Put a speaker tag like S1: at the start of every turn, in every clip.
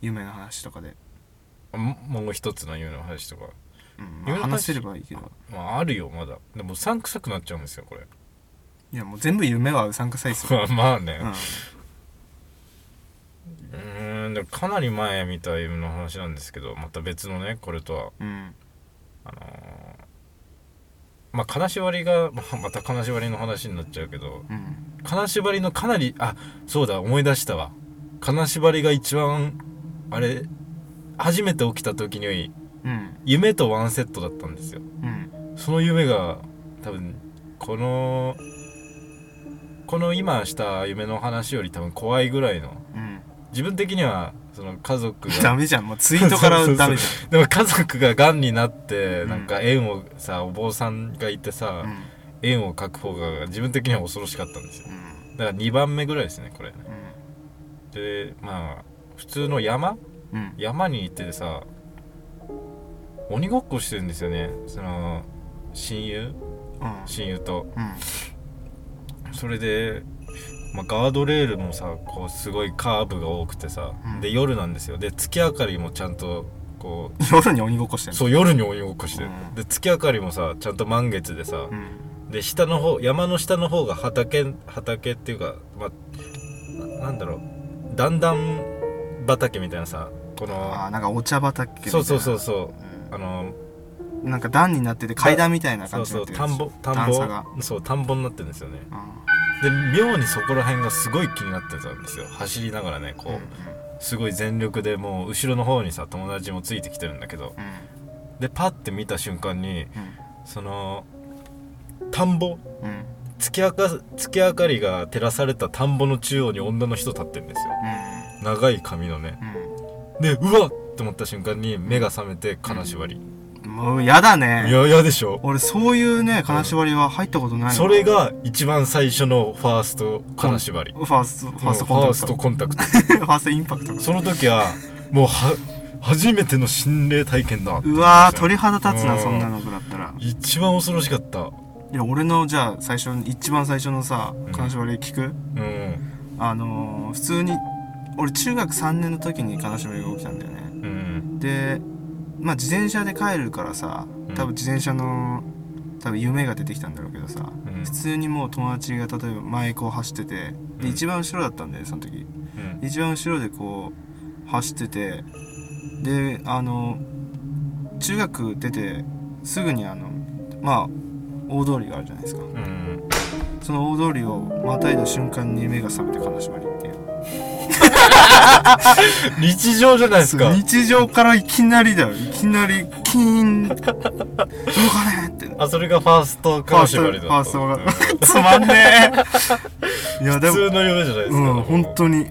S1: 有名な話とかで、
S2: あももう一つの夢の話とか、
S1: うん
S2: 有名な話
S1: 話せればいいけど
S2: まあ、あるよまだでもうさんくさくなっちゃうんですよこれ
S1: いやもう全部夢はうさんくさいっすよ、
S2: まあまあね
S1: うん、
S2: うーんでもかなり前見た夢の話なんですけどまた別のねこれとは
S1: うん、
S2: あのーまあ金縛りが まあまた金縛りの話になっちゃうけど
S1: うん、
S2: 金縛りのかなりあそうだ思い出したわ金縛りが一番あれ初めて起きた時に
S1: うん、
S2: 夢とワンセットだったんですよ
S1: うん、
S2: その夢が多分このこの今した夢の話より多分怖いぐらいの
S1: うん、
S2: 自分的にはその家族
S1: ダ
S2: が
S1: メじゃん、もうツイートから
S2: そうそうそう
S1: ダメじ
S2: でも家族ががんになって
S1: うん
S2: なんか縁をさお坊さんがいてさ
S1: ゃ、ん、
S2: 縁を描く方が自分的には恐ろしかったんですよ
S1: うん、
S2: だから2番目ぐらいですねこれ
S1: うん、
S2: でまあ普通の山
S1: うん、うん、
S2: 山に行ってさ鬼ごっこしてるんですよねその親友親友と
S1: う
S2: それで、まあ、ガードレールもさこうすごいカーブが多くてさ、
S1: うん、
S2: で夜なんですよで月明かりもちゃんとこうん
S1: 夜に鬼ごっこしてる
S2: そう夜に鬼ごっこして、
S1: うん
S2: で月明かりもさちゃんと満月でさ、
S1: うん、
S2: で下の方山の下の方が畑畑っていうか、まあ、ななんだろう段々畑みたいなさこ
S1: あ
S2: の
S1: ーなんかお茶畑みたいな
S2: そうそうそうそ
S1: う
S2: う
S1: ん
S2: あの
S1: なんか段になってて階段みたいな
S2: そ
S1: 感
S2: う
S1: じになっ
S2: そう
S1: てる
S2: 田んぼ田ん
S1: 段差が
S2: ぼそう田んぼになってるんですよね
S1: うん
S2: で妙にそこら辺がすごい気になってたんですよ走りながらねこう、
S1: うん
S2: すごい全力でもう後ろの方にさ友達もついてきてるんだけど
S1: うん
S2: でパッて見た瞬間に
S1: う
S2: その田んぼ
S1: んうん
S2: 月明か月明かりが照らされた田んぼの中央に女の人立ってるんですよ長い髪のねでうわっって思った瞬間に目が覚めて金縛り、
S1: うんもうやだ
S2: い
S1: ね
S2: やいやでしょ
S1: 俺そういうね金縛りは入ったことないわ
S2: それが一番最初のファースト金縛り
S1: ファーストファースト
S2: うんフ
S1: コ
S2: ァー
S1: ン
S2: ス
S1: タ
S2: ト
S1: ク
S2: コンタクト
S1: トファーストインパクト
S2: その時はもうは初めての心霊体験だって
S1: うわー鳥肌立つ
S2: う
S1: なんそんなのくらったら
S2: 一番恐ろしかった
S1: いや俺のじゃあ最初一番最初のさ金縛り聞く
S2: うん
S1: あのー普通に俺中学3年の時に金縛りが起きたんだよね
S2: うん
S1: でまあ自転車で帰るからさ多分自転車の多分夢が出てきたんだろうけどさ、
S2: うん
S1: 普通にもう友達が例えば前こう走ってて
S2: うん
S1: で一番後ろだったんだよねその時
S2: うん
S1: 一番後ろでこう走っててであの中学出てすぐにあのまあ大通りがあるじゃないですか
S2: うん
S1: その大通りをまたいだ瞬間に目が覚めて金縛りっていう
S2: 日常じゃないですか
S1: 日常からいきなりだよいきなりキーン動かねえって
S2: あそれがファースト金縛りだった
S1: ファーストがつまんねえいや で
S2: 普
S1: も
S2: 通の夢じゃないですか、
S1: うん本当に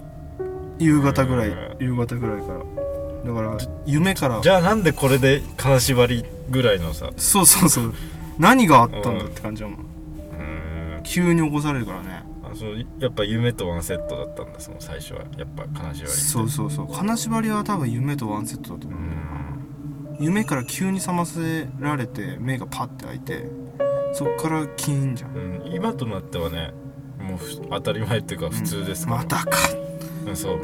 S1: 夕方ぐらい
S2: うん
S1: 夕方ぐらいからだから夢から
S2: じゃあなんでこれで金縛りぐらいのさ
S1: そうそうそう何があったんだって感じだもん
S2: うん
S1: 急に起こされるからね
S2: あそのやっぱ夢とワンセットだったんだその最初はやっぱ金縛り
S1: そうそうそう金縛りは多分夢とワンセットだと
S2: う
S1: 思う、
S2: ん
S1: 夢から急に覚ませられて目がパッて開いてそっからキーンじゃん
S2: うん今となってはねもうふ当たり前っていうか普通ですから、
S1: またか
S2: うんそう、
S1: っ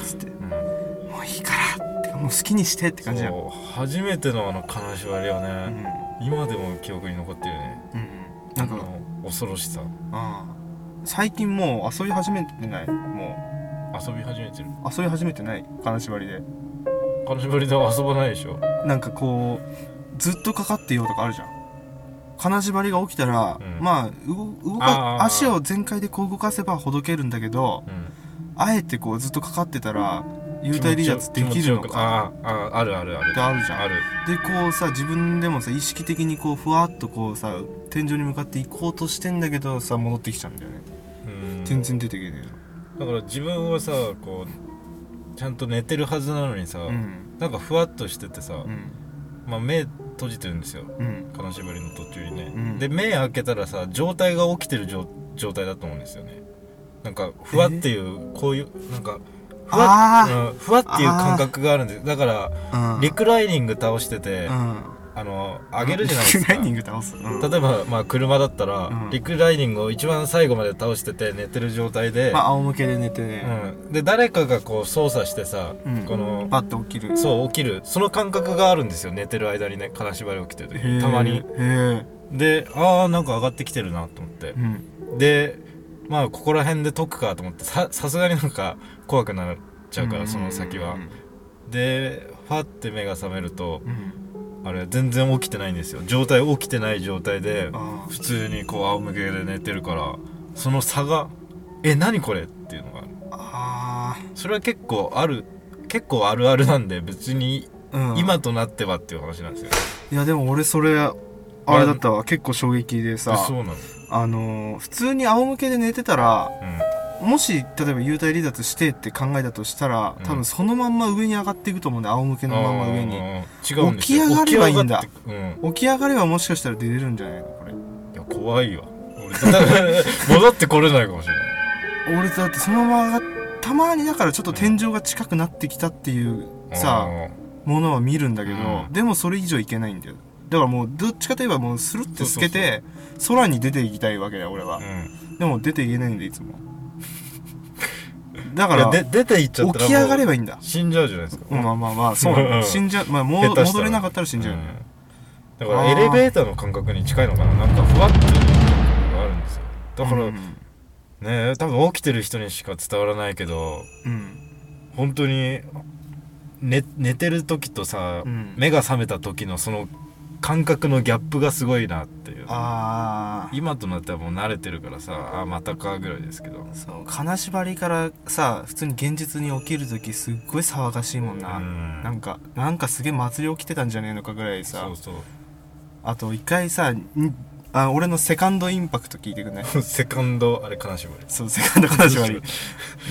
S1: つって
S2: うん
S1: もういいからってかもう好きにしてって感じだよ、
S2: そう初めてのあの金縛りは
S1: うん
S2: ね、今でも記憶に残ってるね
S1: うん、なん
S2: あ
S1: か
S2: の恐ろしさ
S1: ああ最近もう遊び始めてないも
S2: 遊び始めてる
S1: う遊び始めてない金縛りで
S2: 金縛りでは遊ばないでしょ
S1: なんかこうずっとかかってようとかあるじゃん金縛りが起きたら、
S2: うん
S1: まあ動動か
S2: ああ
S1: 足を全開でこう動かせばほどけるんだけど
S2: うん
S1: あえてこうずっとかかってたら幽体離脱できるの
S2: 気持ちよく
S1: か
S2: あーあーあるあるある
S1: ってあるじゃん
S2: ある
S1: でこうさ自分でもさ意識的にこうふわっとこうさ天井に向かって行こうとしてんだけどさ戻ってきちゃうんだよね、
S2: うん
S1: 全然出てけね
S2: だから自分はさこうちゃんと寝てるはずなのにさ、
S1: えのうん
S2: なんかふわっとしててさ、
S1: うん
S2: まあ、目閉じてるんですよ
S1: うん
S2: 金縛りの途中にね、
S1: うん
S2: で目開けたらさ状態が起きてる状状態だと思うんですよねなんかふわっていうこういうなんかふわ,、
S1: あ
S2: うん、ふわっていう感覚があるんですだから
S1: あ
S2: リクライニング倒してて
S1: うん
S2: あの上げるじゃない ですか
S1: ライニング倒す、うん
S2: 例えば、まあ、車だったら、
S1: うん
S2: リクライニングを一番最後まで倒してて寝てる状態で、
S1: まあ仰向けで寝てね、
S2: うん、で誰かがこう操作してさ、
S1: うん
S2: この
S1: パッと起きる
S2: そう起きるその感覚があるんですよ寝てる間にね金縛り起きてる時
S1: へ
S2: に
S1: ー
S2: たまに
S1: へえ、
S2: でああんか上がってきてるなと思って
S1: う、ん、
S2: でまあここら辺で解くかと思ってささすがになんか怖くなっちゃうから、
S1: ん
S2: その先は、
S1: うん
S2: でファって目が覚めると
S1: うん
S2: あれ全然起きてないんですよ状態起きてない状態で
S1: あ
S2: 普通にこう仰向けで寝てるからその差が「え何これ?」っていうのがある
S1: ーあ
S2: それは結構ある結構あるあるなんで別に
S1: ー、うん、
S2: 今となってはっていう話なんですよ、
S1: いやでも俺それあれだったわ結構衝撃で
S2: え
S1: さ
S2: そうなの、
S1: あのー普通に仰向けで寝てたら
S2: う
S1: もし例えば幽体離脱してって考えたとしたら
S2: うん
S1: 多分そのまんま上に上がっていくと思うんだよ仰向け
S2: ん、
S1: のまんま上に
S2: あー違うんですよ
S1: 起き上がればいいんだ
S2: 起き上がって
S1: 起き上がればもしかしたら出れるんじゃないのこれ
S2: うんいや怖いわ俺絶対戻ってこれないかもしれない
S1: 俺だってそのまま上がったまにだからちょっと天井が近くなってきたっていうさ
S2: あ
S1: ものは見るんだけど
S2: うん
S1: でもそれ以上いけないんだよだからもうどっちかといえばもうスルッて透けて空に出ていきたいわけだよ俺は
S2: ー、うん
S1: でも出ていけないんでいつもだか
S2: いや
S1: ら
S2: で出ていっちゃったらもう
S1: 起き上がればいいんだ
S2: 死んじゃうじゃないですか、
S1: うんまあまあまあそうな
S2: うんん
S1: 死んじゃうまあもう
S2: 下手した
S1: 戻
S2: ら
S1: れなかったら死んじゃうよね
S2: うんだからエレベーターの感覚に近いのかななんかふわっという感覚があるんですよだから、
S1: うん
S2: ね多分起きてる人にしか伝わらないけど
S1: うん
S2: 本当に寝寝てる時とさ、
S1: うん
S2: 目が覚めた時のその感覚のギャップがすごいなっていう
S1: ああ
S2: 今となってはもう慣れてるからさあまたかぐらいですけど
S1: そう金縛りからさ普通に現実に起きる時すっごい騒がしいもんな、
S2: うん
S1: なんかなんかすげえ祭り起きてたんじゃねえのかぐらいさ
S2: そう
S1: あと一回さんあ俺のセカンドインパクト聞いてくんない
S2: そうセカンドあれ金絞り
S1: そうセカンド金縛り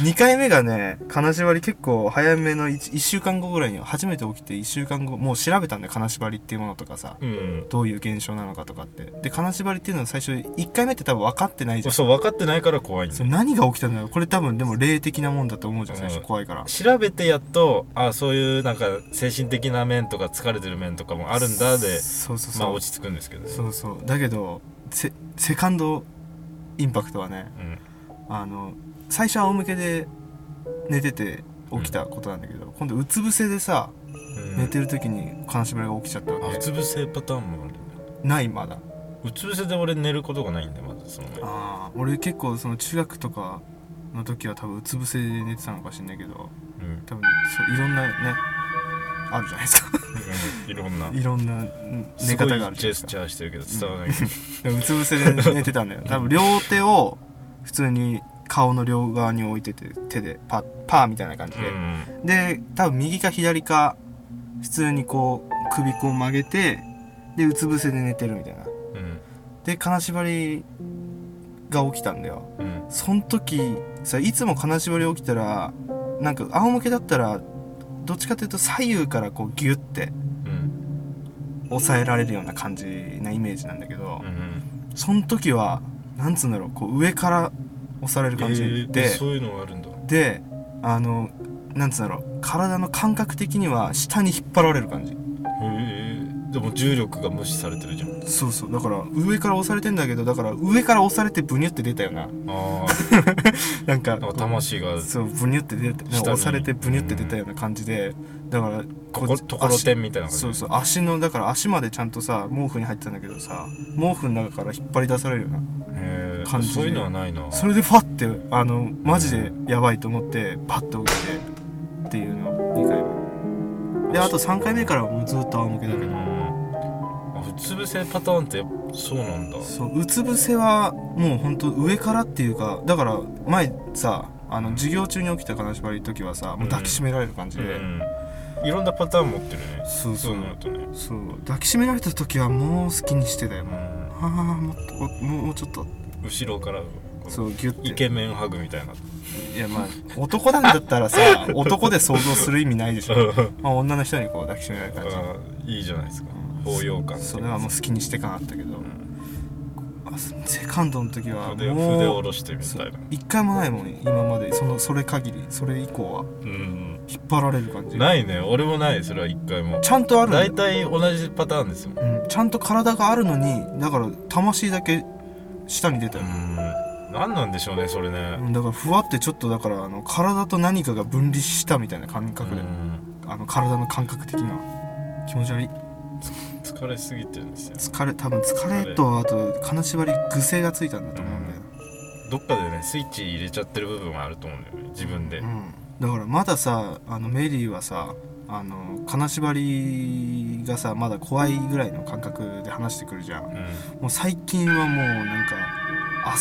S1: 2回目がね金縛り結構早めの 1, 週間後ぐらいに初めて起きて1週間後もう調べたんだよ金縛りっていうものとかさ
S2: うん
S1: どういう現象なのかとかってで金縛りっていうのは最初1回目って多分分かってないじゃん
S2: そう分かってないから怖いんだ
S1: そ
S2: よ
S1: れ何が起きたんだろうこれ多分でも霊的なもんだと思うじゃん最
S2: う
S1: 初
S2: ん
S1: 怖いから
S2: 調べてやっとあそういうなんか精神的な面とか疲れてる面とかもあるんだで
S1: そうそうそう、
S2: まあ落ち着くんですけどね
S1: そうそうだけどセセカンドインパクトはね
S2: うん
S1: あの最初は仰向けで寝てて起きたことなんだけど、今度うつ伏せでさ
S2: うん
S1: 寝てる時に金縛りが起きちゃったわ
S2: あ
S1: け
S2: う、つ伏せパターンもあるんだ
S1: ないまだ
S2: うつ伏せで俺寝ることがないんでまずその前
S1: あー俺結構その中学とかの時は多分うつ伏せで寝てたのかしんないけど
S2: うん
S1: 多分そういろんなねあるじゃないです か
S2: いろんない
S1: ろんなうん 寝
S2: すごい
S1: 方がある
S2: ジ
S1: じゃない
S2: ェ
S1: です
S2: ス
S1: か
S2: チャーしてるけど伝わらないけど
S1: でもうつ伏せで寝てたんだよ多分両手を普通に顔の両側に置いてて手でパッパーみたいな感じで、
S2: うん
S1: で多分右か左か普通にこう首こう曲げてでうつ伏せで寝てるみたいな
S2: うん
S1: で金縛りが起きたんだよ
S2: うん
S1: その時さいつも金縛り起きたらなんか仰向けだったらどっちかというと左右からこうギュッて
S2: うん
S1: 抑えられるような感じなイメージなんだけど
S2: う、ん
S1: その時はなんつうんだろうこう上から押される感
S2: え
S1: じ
S2: ー
S1: で、
S2: そういうのがあるんだ
S1: であのなんつうんだろう体の感覚的には下に引っ張られる感じ
S2: へえでも重力が無視されてるじゃん
S1: そうそうだから上から押されてんだけどだから上から押されてブニュって出たよな
S2: あ
S1: なんか
S2: あなんか魂が
S1: そうブニュって出たなん
S2: 下
S1: か
S2: に
S1: 押されてブニュって出たような感じでだから
S2: とこところてんみたいな
S1: 足そ
S2: 感
S1: う
S2: じ
S1: そう足のだから足までちゃんとさ毛布に入ってたんだけどさ毛布の中から引っ張り出されるよな
S2: へえ
S1: 感じで
S2: そういうのはないな
S1: それでファってあのマジでやばいと思ってパッと起きてっていうの2回目であと3回目からはもうずっと仰向けだけ
S2: う
S1: ど、
S2: んあうつ伏せパターンってそうなんだ
S1: そううつ伏せはもうほんと上からっていうかだから前さあの授業中に起きた金縛りの時はさもう抱きしめられる感じ
S2: う
S1: で、
S2: んいろんなパターン持ってるね
S1: そうそ
S2: そううなるとね
S1: そう抱きしめられた時はもう好きにしてたよもう
S2: う
S1: ああもっとこもうもうちょっと
S2: ん後ろから
S1: そうギュッて
S2: イケメンハグ みたいない
S1: やまあ男なんだったらさ男で想像する意味ないでしょ、まあ、女の人にこう抱きしめられる感じ
S2: あーいいじゃないですか
S1: うん
S2: 包容感
S1: それはもう好きにしてかなったけど、
S2: うん
S1: あセカンドの時は
S2: 筆筆
S1: も
S2: 下
S1: う
S2: ろしてみ
S1: そ
S2: たいうな
S1: 一回もないもん今までそのそれ限りそれ以降は
S2: うん
S1: 引っ張られる感じ
S2: ないね俺もないそれは一回も
S1: ちゃんとあるんだ
S2: 大
S1: よ、
S2: 体同じパターンですよ
S1: うん、ちゃんと体があるのにだから魂だけ下に出た
S2: う
S1: よ、
S2: ん何なんでしょうねそれね
S1: うんだからふわってちょっとだからあの体と何かが分離したみたいな感覚で、
S2: うん
S1: あの体の感覚的な気持ち悪い
S2: 疲れすぎてるんですよ
S1: 疲れ多分疲れとあと金縛り癖がついたんだと思うんだよ、
S2: どっかでねスイッチ入れちゃってる部分はあると思うんだよね自分で
S1: うん、だからまださあのメリーはさあの金縛りがさまだ怖いぐらいの感覚で話してくるじゃん
S2: う
S1: もう最近はもうなんか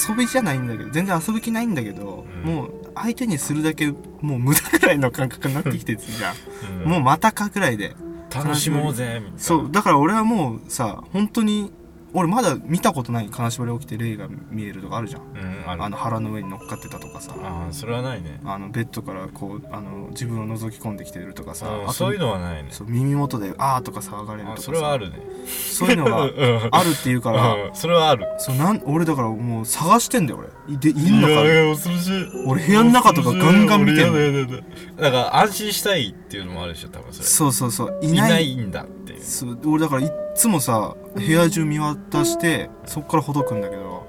S1: 遊びじゃないんだけど全然遊ぶ気ないんだけど、
S2: うん
S1: もう相手にするだけもう無駄ぐらいの感覚になってきてるじゃん、
S2: ん
S1: もう
S2: う
S1: またかぐらいで
S2: 楽しもうぜみたいな
S1: そうだから俺はもうさ本当に俺まだ見たことない金縛り起きて霊が見えるとかあるじゃん
S2: うんある
S1: あの腹の上に乗っかってたとかさ
S2: あーそれはないね
S1: あのベッドからこうあの自分を覗き込んできてるとかさ
S2: うん
S1: あと
S2: そういうのはないね
S1: そう耳元で「あー」とか騒がれると
S2: あ
S1: かさ
S2: それはあるね
S1: そういうのが
S2: うん
S1: あるっていうから、
S2: うんそれはある
S1: そうなん俺だからもう探してんだよ俺いでい
S2: い
S1: んのかな
S2: や恐ろしい
S1: 俺部屋の中とかガンガン見てんの
S2: 俺やだやだやだだから安心したいっていうのもあるでしょ多分それ
S1: そうそうそうい
S2: い
S1: ない
S2: ないんだっていう
S1: そう俺だからいっつもさ部屋中見渡してそっからほどくんだけど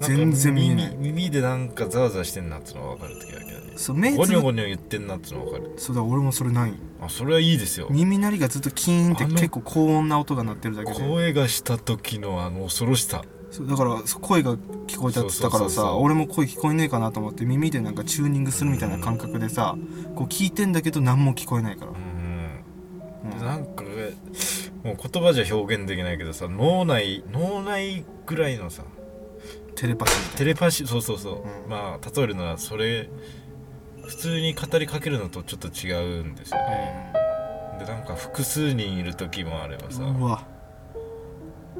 S1: 全然見えない
S2: んか耳耳でなんかザワザワしてんなっつうのは分かる時だけどね
S1: そう目
S2: ゴ
S1: つ
S2: ニョ
S1: ぶ
S2: ゴニョ言ってんなっつうのは分かる
S1: そうだ俺もそれない
S2: あそれはいいですよ
S1: 耳鳴りがずっとキーンって
S2: あの
S1: 結構高音な音が鳴ってるだけで
S2: 声がした時のあの恐ろしさ
S1: そうだからそう声が聞こえたって言ったから
S2: そうそうそう
S1: さ
S2: そう
S1: 俺も声聞こえねえかなと思って耳でなんかチューニングするみたいな感覚でさこう聞いてんだけど何も聞こえないから
S2: う、ん
S1: うん
S2: なんかねもう言葉じゃ表現できないけどさ脳内脳内ぐらいのさ
S1: テレパシーみたい
S2: テレパシーそうそうそう、
S1: うん
S2: まあ例えるならそれ普通に語りかけるのとちょっと違うんですよ
S1: な
S2: ね、でなんか複数人いる時もあればさ、
S1: うんうわ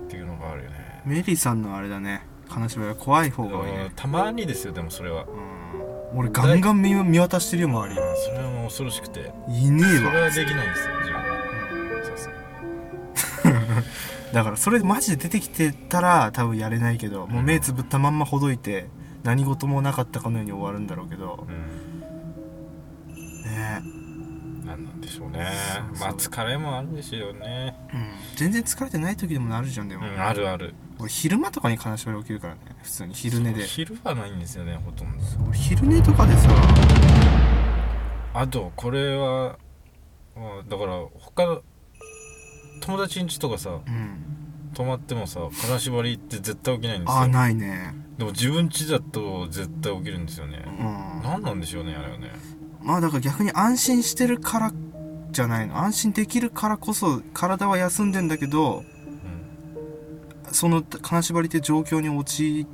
S2: っていうのがあるよね
S1: メリーさんのあれだね金縛りは怖い方が多い
S2: うん
S1: ね、
S2: たまにですよでもそれは
S1: うん、俺ガンガン見見渡してるよ周り
S2: あそれはもう恐ろしくて
S1: いね
S2: そ
S1: え
S2: れ
S1: わ
S2: はできないですよ自分はそうそう
S1: だからそれマジで出てきてたら多分やれないけどもう目つぶったまんまほどいて何事もなかったかのように終わるんだろうけど
S2: うん
S1: ね
S2: なんなんでしょうね
S1: そうそう
S2: まあ疲れもあるんですよね
S1: え、うん、全然疲れてない時でもなるじゃんで
S2: う
S1: も、
S2: んあるある
S1: 俺昼間とかに悲しみ起きるからね普通に昼寝で
S2: そう昼はないんですよねほとんど
S1: 俺昼寝とかでさ
S2: あとこれは、まあ、だから他の友達ん家とかさ
S1: うん
S2: 泊まってもさ金縛りって絶対起きないんです
S1: ああ
S2: よ
S1: ないね
S2: でも自分家だと絶対起きるんですよね
S1: うん
S2: 何なんでしょうねあれはね
S1: まあだから逆に安心してるからじゃないの安心できるからこそ体は休んでんだけど
S2: うん
S1: その金縛りって状況に陥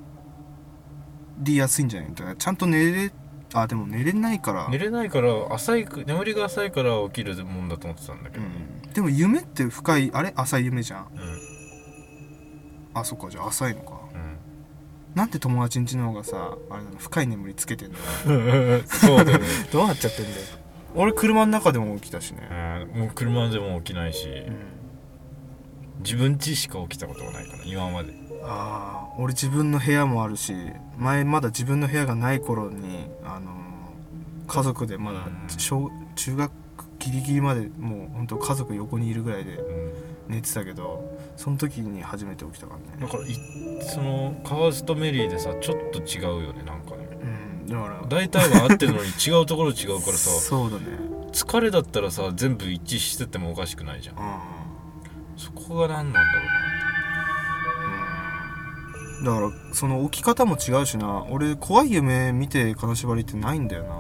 S1: りやすいんじゃないのだからちゃんと寝れあでも寝れないから
S2: 寝れないから浅いく眠りが浅いから起きるもんだと思ってたんだけ
S1: う
S2: どね
S1: ん、でも夢って深いあれ浅い夢じゃん
S2: うん
S1: あそっかじゃあ浅いのか
S2: うん
S1: なんで友達ん家の方がさあれなの深い眠りつけてんの
S2: そうだよね、
S1: どうなっちゃってんだよ俺車の中でも起きたしね
S2: うんもう車でも起きないし
S1: うん
S2: 自分家しか起きたことがないから今まで
S1: ああ俺自分の部屋もあるし前まだ自分の部屋がない頃にあのー家族でまだ小中学ギリギリまでもう本当家族横にいるぐらいで
S2: うん
S1: 寝てたけどその時に初めて起きたから
S2: だ
S1: ね
S2: からいそのカワスとメリーでさちょっと違うよねなんかね
S1: うんだから
S2: 大体は合ってるのに違うところ違うからさ
S1: そうだね
S2: 疲れだったらさ全部一致しててもおかしくないじゃん
S1: う
S2: そこが何なんだろ
S1: んだからその起き方も違うしな俺怖い夢見て金縛りってないんだよな
S2: う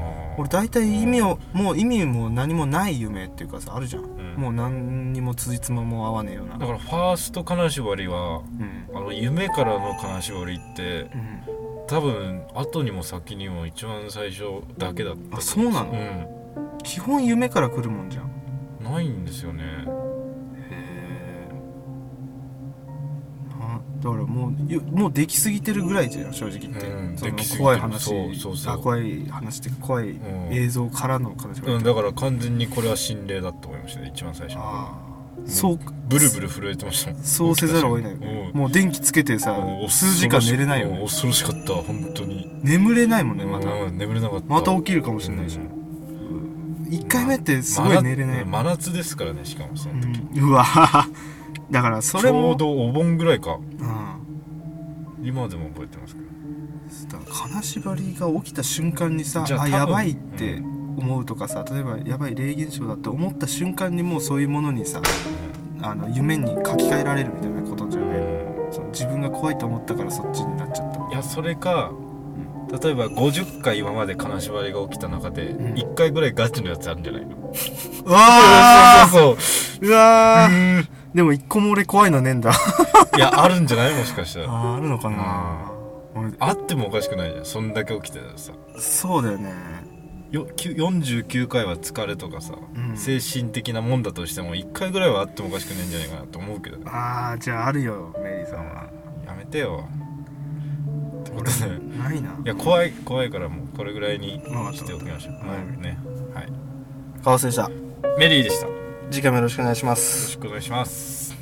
S2: なあー
S1: 俺大体意味をもう意味も何もない夢っていうかさあるじゃん
S2: うん
S1: もう何にも辻褄も合わねえような
S2: だからファースト金縛りは
S1: うん
S2: あの夢からの金縛りって
S1: うん
S2: 多分後にも先にも一番最初だけだった
S1: あそうなの
S2: うん
S1: 基本夢から来るもんじゃん
S2: ないんですよね
S1: へえだからもうゆもうできすぎてるぐらいじゃん正直言って、
S2: うん
S1: その
S2: できすぎてる
S1: 怖い話
S2: そうそうそう
S1: あ怖い話っていうか怖い
S2: うん
S1: 映像からの金縛り
S2: うん、だから完全にこれは心霊だと思いましたね一番最初
S1: ああそう
S2: ブルブル震えてましたもん
S1: そうせざるを得ないよねもう電気つけてさ
S2: うん
S1: 数時間寝れないよ
S2: う
S1: ね
S2: ん恐ろしかった本当に
S1: 眠れないもんねまた
S2: うん眠れなかった
S1: また起きるかもしれないじゃん
S2: うん
S1: 1回目ってすごい寝れない、
S2: 真夏真夏ですからねしかもその時、
S1: うん、うわ だからそれも
S2: ちょうどお盆ぐらい
S1: う
S2: か
S1: ん
S2: 今でも覚えてますけど
S1: だから金縛りが起きた瞬間にさ
S2: じゃ
S1: あ
S2: あ多分
S1: やばいって思うとかさ例えばやばい霊現象だって思った瞬間にもうそういうものにさあの夢に書き換えられるみたいなことじゃない、その自分が怖いと思ったからそっちになっちゃった
S2: いや それか例えば50回今まで金縛りが起きた中で
S1: うん
S2: 1回ぐらいガチのやつあるんじゃないの、
S1: うわ
S2: そ うそう
S1: ーうわー
S2: そう
S1: でも一個も俺怖いのねえんだ
S2: いやあるんじゃないもしかしたら
S1: あーあるのかな
S2: あ
S1: 俺
S2: あってもおかしくないじゃんそんだけ起きてたらさ
S1: そうだよね
S2: よきゅ49回は疲れとかさ、
S1: うん
S2: 精神的なもんだとしても1回ぐらいはあってもおかしくないんじゃないかなと思うけどね
S1: ああじゃああるよメリーさんは
S2: やめてよってことで
S1: ないない
S2: や怖い怖いからもうこれぐらいに
S1: まあ
S2: しておきましょう、
S1: わかった
S2: はいねはい
S1: かわせでした
S2: メリーでしたよ
S1: 次回もよろしくお願いします
S2: ろしくお願いします